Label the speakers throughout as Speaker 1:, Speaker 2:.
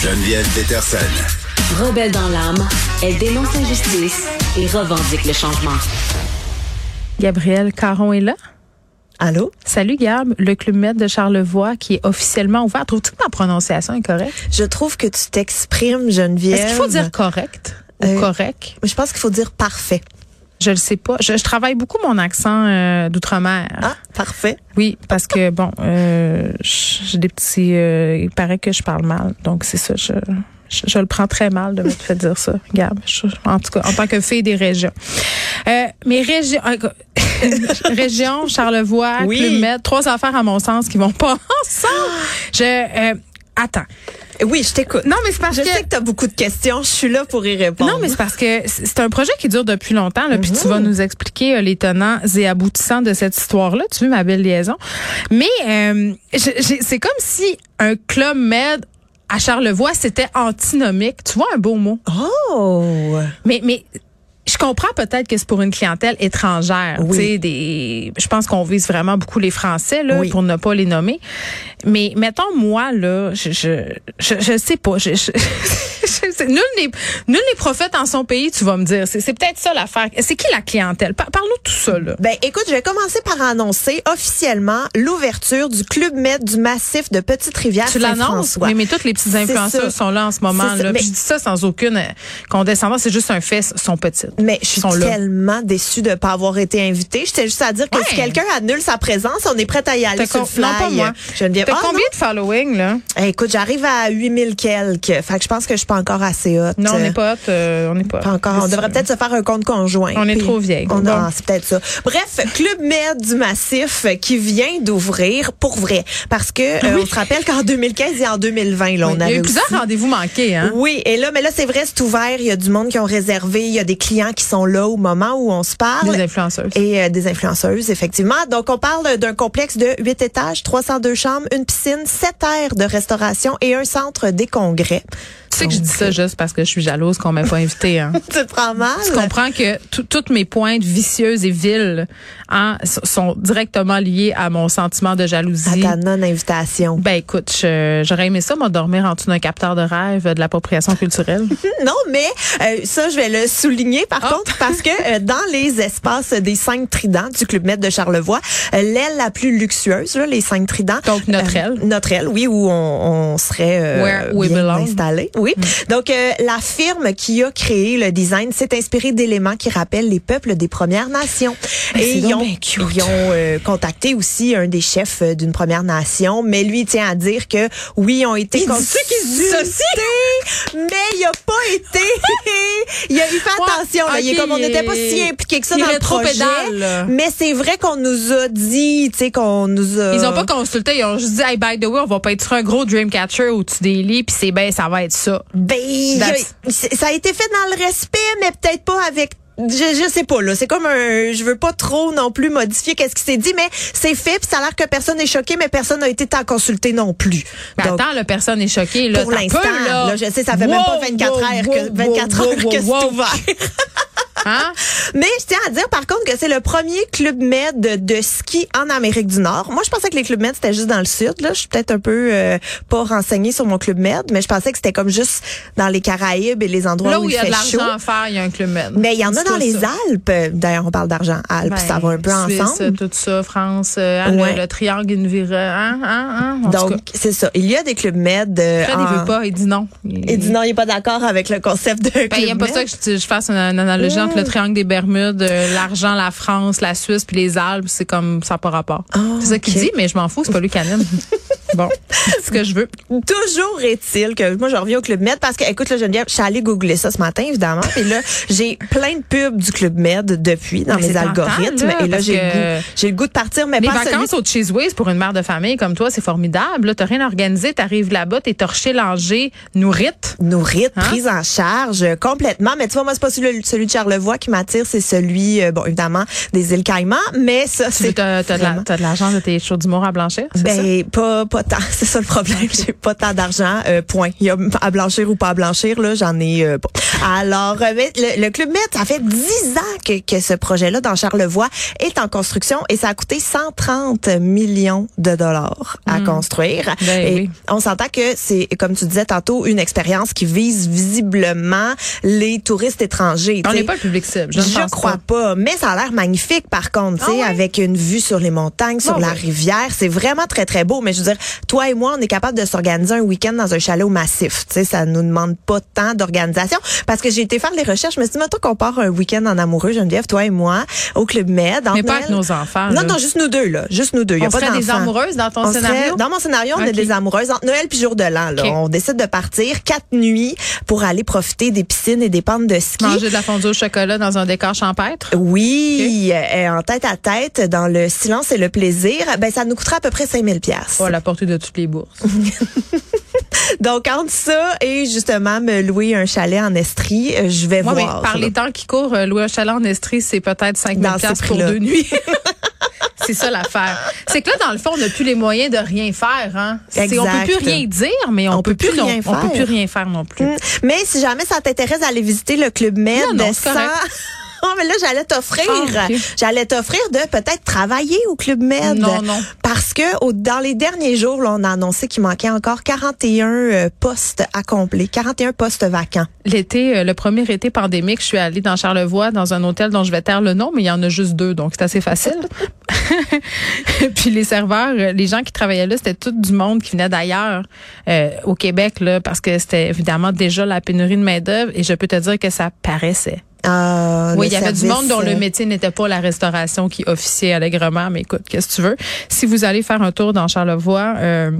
Speaker 1: Geneviève Peterson.
Speaker 2: Rebelle dans l'âme, elle dénonce l'injustice et revendique le changement.
Speaker 3: Gabrielle Caron est là.
Speaker 4: Allô?
Speaker 3: Salut Gab, le club maître de Charlevoix qui est officiellement ouvert. Trouves-tu que ma prononciation est correcte?
Speaker 4: Je trouve que tu t'exprimes, Geneviève.
Speaker 3: Est-ce qu'il faut dire correct ou euh, correct?
Speaker 4: Je pense qu'il faut dire parfait.
Speaker 3: Je le sais pas. Je, je travaille beaucoup mon accent euh, d'outre-mer.
Speaker 4: Ah, parfait.
Speaker 3: Oui, parce que bon, euh, j'ai des petits. euh, il paraît que je parle mal, donc c'est ça. Je, je, je, le prends très mal de me faire dire ça, Gab. Je, en tout cas, en tant que fille des régions. Euh, mais région, région, Charlevoix, oui. Clumet, trois affaires à mon sens qui vont pas ensemble. Je, euh, attends.
Speaker 4: Oui, je t'écoute.
Speaker 3: Non, mais c'est parce
Speaker 4: je
Speaker 3: que.
Speaker 4: Je sais que tu as beaucoup de questions. Je suis là pour y répondre.
Speaker 3: Non, mais c'est parce que c'est un projet qui dure depuis longtemps, là, mmh. puis tu vas nous expliquer euh, les tenants et aboutissants de cette histoire-là. Tu veux ma belle liaison. Mais euh, c'est comme si un club med à Charlevoix, c'était antinomique. Tu vois un beau mot.
Speaker 4: Oh!
Speaker 3: Mais, mais je comprends peut-être que c'est pour une clientèle étrangère. Oui. Des, je pense qu'on vise vraiment beaucoup les Français là, oui. pour ne pas les nommer. Mais mettons moi là, je je, je, je sais pas. Je, nul n'est nul les prophètes en son pays, tu vas me dire. C'est peut-être ça l'affaire. C'est qui la clientèle Parle-nous tout ça là.
Speaker 4: Ben écoute, je vais commencer par annoncer officiellement l'ouverture du club maître du massif de Petite Rivière.
Speaker 3: Tu l'annonces Oui, mais toutes les petites influenceuses sont là en ce moment. Là. Mais... Je dis ça sans aucune euh, condescendance. C'est juste un fait. Sont petites.
Speaker 4: Mais je suis tellement là. déçue de ne pas avoir été invitée. J'étais juste à dire que ouais. si quelqu'un annule sa présence, on est prêt à y aller sur le fly. Ah,
Speaker 3: Non, pas moi. Geneviève. T'as oh, combien non? de following, là?
Speaker 4: Eh, écoute, j'arrive à 8000 quelques. Fait que je pense que je suis pas encore assez haute.
Speaker 3: Non, on n'est pas haute. Euh, on n'est pas,
Speaker 4: pas encore. On devrait peut-être se faire un compte conjoint.
Speaker 3: On est trop vieille.
Speaker 4: On a, c'est peut-être ça. Bref, Club Med du Massif qui vient d'ouvrir pour vrai. Parce que, euh, oui. on se rappelle qu'en 2015 et en 2020, là, on oui,
Speaker 3: avait. Il y a eu plusieurs rendez-vous manqués, hein?
Speaker 4: Oui. Et là, mais là, c'est vrai, c'est ouvert. Il y a du monde qui ont réservé. Il y a des clients qui sont là au moment où on se parle.
Speaker 3: Des influenceuses.
Speaker 4: Et euh, des influenceuses, effectivement. Donc, on parle d'un complexe de 8 étages, 302 chambres, une piscine, 7 aires de restauration et un centre des congrès.
Speaker 3: Tu sais que je dis ça juste parce que je suis jalouse qu'on m'ait pas invité. Hein.
Speaker 4: tu te prends mal.
Speaker 3: Tu comprends que toutes mes pointes vicieuses et viles hein, sont directement liées à mon sentiment de jalousie.
Speaker 4: À ta non-invitation.
Speaker 3: Ben écoute, j'aurais aimé ça, moi, dormir en dessous d'un capteur de rêve euh, de l'appropriation culturelle.
Speaker 4: non, mais euh, ça, je vais le souligner par
Speaker 3: Ah.
Speaker 4: oh. contre parce que euh, dans les espaces des cinq tridents du Club Maître de Charlevoix, euh, l'aile la plus luxueuse, là, les cinq tridents. euh,
Speaker 3: Donc notre aile.
Speaker 4: notre aile, oui, où on, on serait euh, bien installé. Oui. Mmh.
Speaker 3: Mm.
Speaker 4: Donc, euh, la firme qui a créé le design s'est inspirée d'éléments qui rappellent les peuples des Premières Nations.
Speaker 3: Mais Et
Speaker 4: ils ont, ils ont euh, contacté aussi un des chefs euh, d'une Première Nation, mais lui il tient à dire que oui, ils ont été
Speaker 3: il consultés,
Speaker 4: mais il n'a pas été. il, a, il fait ouais, attention. Là, okay. il est comme on n'était pas si impliqué que ça
Speaker 3: il
Speaker 4: dans le projet. Pédale, mais c'est vrai qu'on nous a dit, tu sais, qu'on nous a.
Speaker 3: Ils n'ont pas consulté. Ils ont juste dit, hey, by the way, on va pas être sur un gros Dreamcatcher au-dessus des lits, puis c'est ben, ça va être ça.
Speaker 4: Ben, a, ça a été fait dans le respect, mais peut-être pas avec je, je sais pas là, c'est comme un je veux pas trop non plus modifier qu'est-ce qui s'est dit mais c'est fait puis ça a l'air que personne n'est choqué mais personne n'a été tant consulté non plus.
Speaker 3: Ben Donc, attends, là, personne n'est choqué là
Speaker 4: pour l'instant là. là. je sais ça fait wow, même pas 24 wow, heures que 24 wow, heures que c'est ouvert. Hein? Mais je tiens à dire par contre que c'est le premier club med de, de, ski en Amérique du Nord. Moi, je pensais que les clubs med c'était juste dans le sud. Là, je suis peut-être un peu euh, pas renseignée sur mon club med, mais je pensais que c'était comme juste dans les Caraïbes et les endroits
Speaker 3: là
Speaker 4: où, où
Speaker 3: il, y a
Speaker 4: fait
Speaker 3: de l'argent
Speaker 4: à
Speaker 3: faire. Il y a un club med.
Speaker 4: Mais il y en a dans les ça. Alpes. D'ailleurs, on parle d'argent Alpes, ben, ça va un peu
Speaker 3: Suisse,
Speaker 4: ensemble.
Speaker 3: Tout ça, France, hein, ouais. le, le, triangle, une vire, hein, hein,
Speaker 4: Donc c'est ça. Il y a des clubs med.
Speaker 3: Euh, Fred, en... il veut pas. Il dit non.
Speaker 4: Il, il dit non. Il est pas d'accord avec le concept de ben, club Mm.
Speaker 3: Il aime pas ça que je, je fasse une, une analogie entre le triangle des Bermudes, euh, l'argent, la France, la Suisse puis les Alpes, c'est comme ça par rapport.
Speaker 4: Ah,
Speaker 3: Oh, c'est ça qu'il okay. dit, mais je m'en fous, c'est pas lui qui anime. bon, c'est ce que je veux.
Speaker 4: Toujours est-il que moi je reviens au Club Med parce que écoute là Geneviève, je suis allée googler ça ce matin évidemment et là j'ai plein de pubs du Club Med depuis dans mais mes algorithmes là, et là j'ai le, le, goût de partir mais
Speaker 3: les
Speaker 4: pas
Speaker 3: vacances celui... au Cheeseways pour une mère de famille comme toi, c'est formidable, tu rien organisé, tu arrives là-bas, tu es torché, langé, nourrite,
Speaker 4: nourrite, hein? prise en charge euh, complètement, mais tu vois moi c'est pas celui, celui de Charlevoix qui m'attire, c'est celui euh, bon évidemment des îles Caïmans, mais ça c'est
Speaker 3: tu as, as, de l'argent la, de tes shows d'humour à Blanchet,
Speaker 4: Ben ça? pas, pas pas tant. C'est ça le problème. J'ai pas tant d'argent. Euh, point. Il y a à blanchir ou pas à blanchir, là, j'en ai euh, pas. Alors, euh, mais le, le Club Med, ça fait 10 ans que, que ce projet-là dans Charlevoix est en construction et ça a coûté 130 millions de dollars à
Speaker 3: Hmm.
Speaker 4: construire.
Speaker 3: Ben
Speaker 4: et
Speaker 3: oui.
Speaker 4: on s'entend que c'est, comme tu disais tantôt, une expérience qui vise visiblement les touristes étrangers.
Speaker 3: On
Speaker 4: tu sais.
Speaker 3: n'est pas le public cible. Je, ne
Speaker 4: Je
Speaker 3: pense
Speaker 4: crois
Speaker 3: pas.
Speaker 4: pas. mais ça a l'air magnifique par contre, tu sais,
Speaker 3: Ah ouais?
Speaker 4: avec une vue sur les montagnes, sur
Speaker 3: Ah
Speaker 4: la
Speaker 3: ouais.
Speaker 4: rivière, c'est vraiment très très beau. Mais je veux dire, toi et moi, on est capable de s'organiser un week-end dans un chalet au massif. Tu sais, ça nous demande pas tant d'organisation parce que j'ai été faire les recherches. Je me suis dit, mettons qu'on part un week-end en amoureux, Geneviève, toi et moi, au club Med. en
Speaker 3: Mais pas
Speaker 4: Noël.
Speaker 3: avec nos enfants,
Speaker 4: Non,
Speaker 3: là.
Speaker 4: non, juste nous deux là, juste nous deux. Il y a
Speaker 3: On
Speaker 4: pas
Speaker 3: serait des
Speaker 4: d'enfants.
Speaker 3: amoureuses dans ton
Speaker 4: On serait-
Speaker 3: scénario?
Speaker 4: dans mon scénario, on est
Speaker 3: Ok.
Speaker 4: des amoureuses entre Noël puis jour de l'an. là.
Speaker 3: Ok.
Speaker 4: On décide de partir quatre nuits pour aller profiter des piscines et des pentes de ski.
Speaker 3: Manger de la fondue au chocolat dans un décor champêtre.
Speaker 4: Oui, euh, en tête à tête, dans le silence et le plaisir, ben ça nous coûtera à peu près 5000 pièces.
Speaker 3: Oh, la portée de toutes les bourses.
Speaker 4: Donc entre ça et justement me louer un chalet en Estrie, euh, je vais
Speaker 3: Moi, mais
Speaker 4: voir.
Speaker 3: par les temps qui courent, euh, louer un chalet en Estrie, c'est peut-être 5 000
Speaker 4: Dans ces
Speaker 3: piastres pour
Speaker 4: prix-là.
Speaker 3: deux nuits. c'est ça l'affaire. C'est que là, dans le fond, on n'a plus les moyens de rien faire. Hein. C'est- On
Speaker 4: Exact.
Speaker 3: peut plus rien dire, mais on,
Speaker 4: On
Speaker 3: peut plus,
Speaker 4: peut plus
Speaker 3: non-
Speaker 4: rien
Speaker 3: on peut plus
Speaker 4: faire.
Speaker 3: rien faire non plus.
Speaker 4: Mm. Mais si jamais ça t'intéresse d'aller visiter le club Med
Speaker 3: Non, non, c'est
Speaker 4: sans
Speaker 3: correct.
Speaker 4: Oh, mais là, j'allais t'offrir.
Speaker 3: Ah, ok.
Speaker 4: J'allais t'offrir de peut-être travailler au Club Med.
Speaker 3: Non, non.
Speaker 4: Parce que au- dans les derniers jours, là, on a annoncé qu'il manquait encore 41 euh, postes à combler, 41 postes vacants.
Speaker 3: L'été, euh, le premier été pandémique, je suis allée dans Charlevoix, dans un hôtel dont je vais taire le nom, mais il y en a juste deux, donc c'est assez facile. Puis les serveurs, euh, les gens qui travaillaient là, c'était tout du monde qui venait d'ailleurs euh, au Québec, là, parce que c'était évidemment déjà la pénurie de main-d'œuvre, et je peux te dire que ça paraissait.
Speaker 4: Euh,
Speaker 3: Oui,
Speaker 4: le
Speaker 3: il y avait du
Speaker 4: service,
Speaker 3: monde dont
Speaker 4: euh,
Speaker 3: le métier n'était pas la restauration qui officiait allègrement, mais écoute, qu'est-ce que tu veux? Si vous allez faire un tour dans Charlevoix, euh,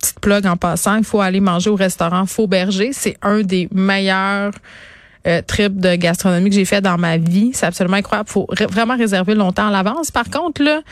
Speaker 3: petite plug en passant, il faut aller manger au restaurant Faux Berger. C'est un des meilleurs euh, trips de gastronomie que j'ai fait dans ma vie. C'est absolument incroyable. faut ré- vraiment réserver longtemps à l'avance. Par contre, là,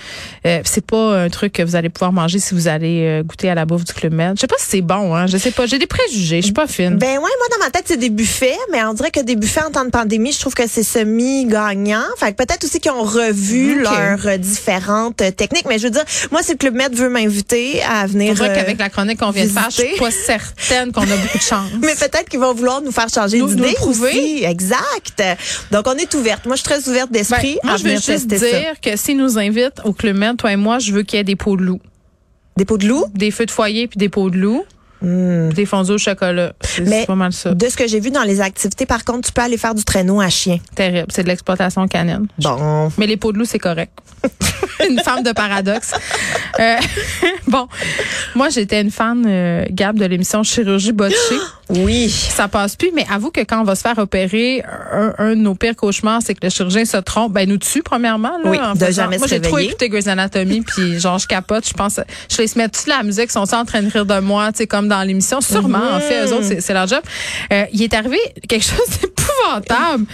Speaker 3: euh, c'est pas un truc que vous allez pouvoir manger si vous allez euh, goûter à la bouffe du Club Med. Je sais pas si c'est bon, hein. Je sais pas. J'ai des préjugés. Je suis pas fine.
Speaker 4: Ben ouais, moi dans ma tête c'est des buffets, mais on dirait que des buffets en temps de pandémie, je trouve que c'est semi gagnant. Fait que peut-être aussi qu'ils ont revu
Speaker 3: Ok.
Speaker 4: leurs euh, différentes euh, techniques, mais je veux dire, moi si le club Med veut m'inviter à venir
Speaker 3: On dirait
Speaker 4: euh,
Speaker 3: qu'avec la chronique qu'on vient de faire, je suis
Speaker 4: visiter.
Speaker 3: pas certaine qu'on a beaucoup de chance.
Speaker 4: mais peut-être qu'ils vont vouloir nous faire changer
Speaker 3: Nous- nous
Speaker 4: d'idée
Speaker 3: prouver.
Speaker 4: aussi. Exact. Donc on est ouverte. Moi je suis très ouverte
Speaker 3: Ben,
Speaker 4: d'esprit
Speaker 3: moi,
Speaker 4: à
Speaker 3: je veux
Speaker 4: venir
Speaker 3: juste
Speaker 4: tester ça.
Speaker 3: dire que s'ils nous invitent au Club Med, toi et moi, je veux qu'il y ait des pots de loup.
Speaker 4: Des pots de loup
Speaker 3: Des feux de foyer puis des pots de loup. Des fondus au chocolat. C'est
Speaker 4: Hmm. Mais-
Speaker 3: c'est pas mal ça.
Speaker 4: de ce que j'ai vu dans les activités, par contre, tu peux aller faire du traîneau à chien.
Speaker 3: Terrible. C'est de l'exploitation canine.
Speaker 4: Bon.
Speaker 3: Mais les pots de loup, c'est correct. une femme de paradoxe. Euh, bon, moi, j'étais une fan, euh, Gab, de l'émission Chirurgie botchée.
Speaker 4: Oui.
Speaker 3: ça passe plus. Mais avoue que quand on va se faire opérer, un, un de nos pires cauchemars, c'est que le chirurgien se trompe. Ben, nous tue, premièrement. Là,
Speaker 4: Oui,
Speaker 3: en
Speaker 4: de
Speaker 3: faisant-
Speaker 4: jamais se
Speaker 3: Moi, j'ai trop
Speaker 4: réveiller.
Speaker 3: écouté Grey's Anatomy, puis genre, je capote. Je pense, je les mets toute la musique, ils sont en train de rire de moi, tu sais, comme dans l'émission. Sûrement, en fait, eux autres, c'est- c'est leur job. Euh, il est arrivé quelque chose d'épouvantable.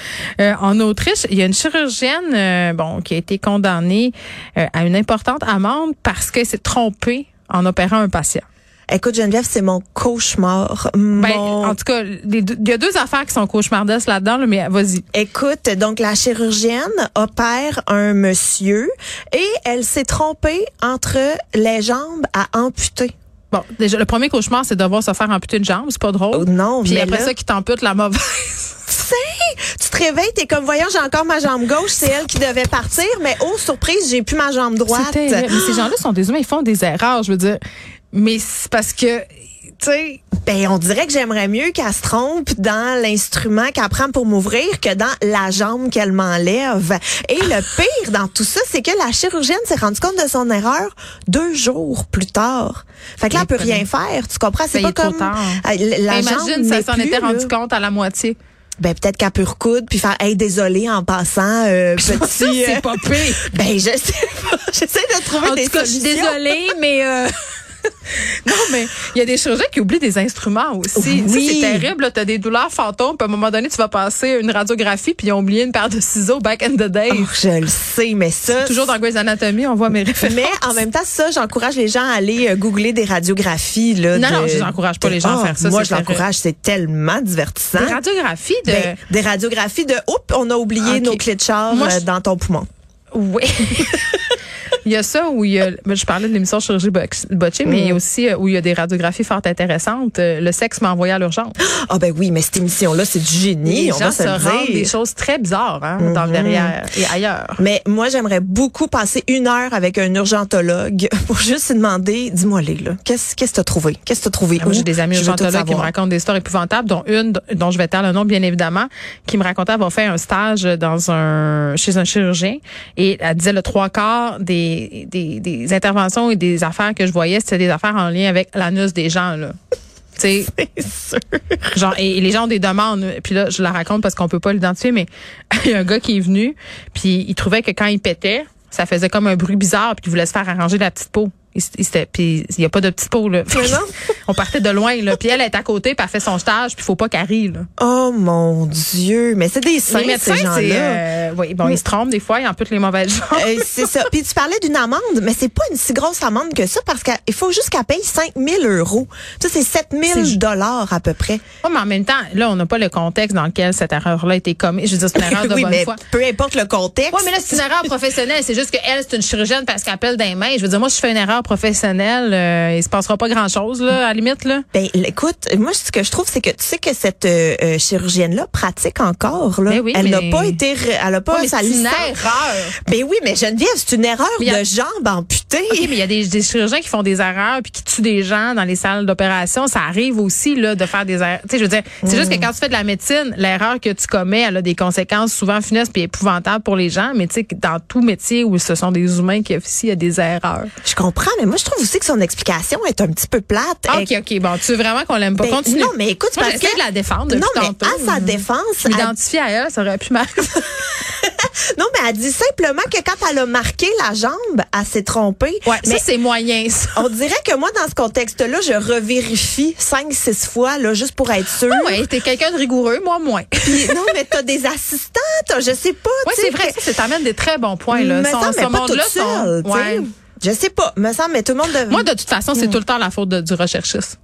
Speaker 3: Euh, en Autriche, il y a une chirurgienne, euh, bon, qui a été condamnée euh, à une importante amende parce qu'elle s'est trompée en opérant un patient.
Speaker 4: Écoute Geneviève, c'est mon cauchemar.
Speaker 3: Ben,
Speaker 4: Mon
Speaker 3: en tout cas, les deux- il y a deux affaires qui sont cauchemardesques là-dedans, là, mais vas-y.
Speaker 4: Écoute, donc la chirurgienne opère un monsieur et elle s'est trompée entre les jambes à amputer.
Speaker 3: Bon, déjà, le premier cauchemar, c'est de devoir se faire amputer une jambe. C'est pas drôle.
Speaker 4: Oh non,
Speaker 3: Puis
Speaker 4: mais
Speaker 3: après
Speaker 4: là-
Speaker 3: ça, qui t'ampute la mauvaise.
Speaker 4: Tu sais, tu te réveilles, t'es comme voyons, j'ai encore ma jambe gauche, c'est elle qui devait partir, mais oh surprise, j'ai plus ma jambe droite.
Speaker 3: C'est terrible. Mais ces gens-là sont des humains, ils font des erreurs, je veux dire. Mais c'est parce que, tu sais,
Speaker 4: Ben on dirait que j'aimerais mieux qu'elle se trompe dans l'instrument qu'elle prend pour m'ouvrir que dans la jambe qu'elle m'enlève. Et le
Speaker 3: Ah.
Speaker 4: pire dans tout ça, c'est que la chirurgienne s'est rendue compte de son erreur deux jours plus tard. Fait que là, elle peut rien faire. Tu comprends? C'est
Speaker 3: Ben,
Speaker 4: pas
Speaker 3: il est trop
Speaker 4: comme
Speaker 3: tard. Ben,
Speaker 4: euh, la
Speaker 3: imagine,
Speaker 4: jambe
Speaker 3: ça
Speaker 4: n'est
Speaker 3: s'en
Speaker 4: plus,
Speaker 3: était rendu
Speaker 4: là.
Speaker 3: compte à la moitié.
Speaker 4: Ben peut-être qu'elle peut recoudre puis faire hey désolé en passant euh,
Speaker 3: Ça,
Speaker 4: petit. euh,
Speaker 3: c'est pas pire.
Speaker 4: ben je sais pas. J'essaie de trouver
Speaker 3: En
Speaker 4: des
Speaker 3: tout cas, je suis
Speaker 4: solutions.
Speaker 3: désolée, mais. euh, non, mais il y a des chirurgiens qui oublient des instruments aussi.
Speaker 4: Oui.
Speaker 3: Tu sais, C'est terrible, là, t'as des douleurs fantômes, puis à un moment donné, tu vas passer une radiographie, puis ils ont oublié une paire de ciseaux back in the day.
Speaker 4: Oh, je le sais, mais ça.
Speaker 3: Toujours dans Grey's Anatomy, on voit mes références.
Speaker 4: Mais en même temps, ça, j'encourage les gens à aller euh, googler des radiographies. Là,
Speaker 3: Non,
Speaker 4: de-
Speaker 3: non, je n'encourage pas les gens à
Speaker 4: Ah,
Speaker 3: faire ça,
Speaker 4: Moi,
Speaker 3: c'est
Speaker 4: je
Speaker 3: vrai.
Speaker 4: l'encourage, c'est tellement divertissant.
Speaker 3: Des radiographies de...
Speaker 4: Ben, des radiographies de oups, on a oublié
Speaker 3: euh, Ok.
Speaker 4: nos clés de char
Speaker 3: Moi,
Speaker 4: euh,
Speaker 3: je-
Speaker 4: dans ton poumon.
Speaker 3: Oui. Il y a ça où il y a, ben, je parlais de l'émission Chirurgie Botchée, mais il y a aussi euh, où il y a des radiographies fort intéressantes. Euh, le sexe m'a envoyé à l'urgence.
Speaker 4: Ah ben oui, mais cette émission-là, c'est du génie.
Speaker 3: Les
Speaker 4: on
Speaker 3: gens
Speaker 4: va
Speaker 3: se,
Speaker 4: se, le dire.
Speaker 3: rendent des choses très bizarres hein, dans le derrière et ailleurs.
Speaker 4: Mais moi, j'aimerais beaucoup passer une heure avec un urgentologue pour juste lui demander, dis-moi, les là, qu'est-ce qu'est-ce que t'as trouvé? Qu'est-ce que t'as trouvé?
Speaker 3: Ah, Moi,
Speaker 4: où?
Speaker 3: j'ai des amis
Speaker 4: Je veux tout
Speaker 3: urgentologues qui me
Speaker 4: savoir.
Speaker 3: racontent des histoires épouvantables, dont une d- dont je vais taire le nom, bien évidemment, qui me racontait avoir fait un stage dans un chez un chirurgien et elle disait le trois quarts des, des, des interventions et des affaires que je voyais, c'était des affaires en lien avec l'anus des gens, là. Tu sais, genre et, et les gens ont des demandes puis là je la raconte parce qu'on peut pas l'identifier mais il y a un gars qui est venu puis il trouvait que quand il pétait ça faisait comme un bruit bizarre puis il voulait se faire arranger la petite peau il, s- il s'était- puis il y a pas de petite peau là
Speaker 4: Mais non.
Speaker 3: on partait de loin là puis elle est à côté puis elle fait son stage puis faut pas qu'elle rie là
Speaker 4: Oh mon Dieu, mais c'est des saints,
Speaker 3: les médecins
Speaker 4: ces
Speaker 3: c'est
Speaker 4: gens-là.
Speaker 3: euh, oui bon ils se trompent des fois ils en toutes les mauvaises gens
Speaker 4: Euh, c'est ça. Puis tu parlais d'une amende, mais c'est pas une si grosse amende que ça parce qu'il faut juste qu'elle paye 5 000 euros. Ça, c'est 7 000 dollars à peu près.
Speaker 3: Ouais, mais en même temps là on n'a pas le contexte dans lequel cette erreur là a été commise je veux dire c'est une erreur de
Speaker 4: oui,
Speaker 3: bonne
Speaker 4: mais
Speaker 3: foi
Speaker 4: peu importe le contexte.
Speaker 3: Oui, mais là, c'est une erreur professionnelle. C'est juste qu'elle, c'est une chirurgienne parce qu'elle appelle des mains. Je veux dire, moi, si je fais une erreur professionnelle, euh, il se passera pas grand-chose, là, à la limite, là.
Speaker 4: Ben, l- écoute, moi, ce que je trouve, c'est que tu sais que cette euh, euh, chirurgienne-là pratique encore. Là.
Speaker 3: Ben oui,
Speaker 4: elle n'a
Speaker 3: mais-
Speaker 4: pas été, ré- elle n'a pas
Speaker 3: Ouais, mais
Speaker 4: sa
Speaker 3: c'est une
Speaker 4: licence.
Speaker 3: erreur.
Speaker 4: Ben oui, mais Geneviève, c'est une erreur
Speaker 3: Mais y a-
Speaker 4: de jambe amputée.
Speaker 3: OK, mais il y a des, des chirurgiens qui font des erreurs puis qui tuent des gens dans les salles d'opération. Ça arrive aussi là de faire des erreurs. Tu sais, je veux dire, c'est juste que
Speaker 4: Mm.
Speaker 3: quand tu fais de la médecine, l'erreur que tu commets, elle a des conséquences souvent funestes puis épouvantables pour les gens. Mais tu sais, que dans tout métier où ce sont des humains qui officient, il y a des erreurs.
Speaker 4: Je comprends, mais moi, je trouve aussi que son explication est un petit peu plate.
Speaker 3: Ah,
Speaker 4: Elle-
Speaker 3: Ok, ok. Bon, tu veux vraiment qu'on l'aime pas
Speaker 4: Ben,
Speaker 3: Continue.
Speaker 4: non, mais écoute,
Speaker 3: Moi,
Speaker 4: parce
Speaker 3: j'essaie
Speaker 4: que-
Speaker 3: de la défendre.
Speaker 4: Non,
Speaker 3: depuis
Speaker 4: mais
Speaker 3: tantôt.
Speaker 4: à sa défense,
Speaker 3: je
Speaker 4: elle-
Speaker 3: m'identifie à elle, ça aurait pu m'arriver.
Speaker 4: Non, mais elle dit simplement que quand elle a marqué la jambe, elle s'est trompée.
Speaker 3: Ouais,
Speaker 4: mais
Speaker 3: ça c'est moyen. Ça.
Speaker 4: on dirait que moi, dans ce contexte-là, je revérifie cinq, six fois, là, juste pour être sûre.
Speaker 3: Ouais, t'es quelqu'un de rigoureux, moi moins.
Speaker 4: Puis, non, mais t'as des assistants, t'as- je sais pas.
Speaker 3: Ouais,
Speaker 4: tu sais,
Speaker 3: c'est vrai.
Speaker 4: que-
Speaker 3: Ça, ça t'amène des très bons points là.
Speaker 4: me
Speaker 3: Son-
Speaker 4: semble,
Speaker 3: ce
Speaker 4: mais pas
Speaker 3: monde-là,
Speaker 4: toute
Speaker 3: son-
Speaker 4: seule, tu sais.
Speaker 3: ouais.
Speaker 4: Je sais pas, me semble, mais tout le monde devrait.
Speaker 3: Mm. Moi, de toute façon, c'est tout le temps la faute de- du recherchiste.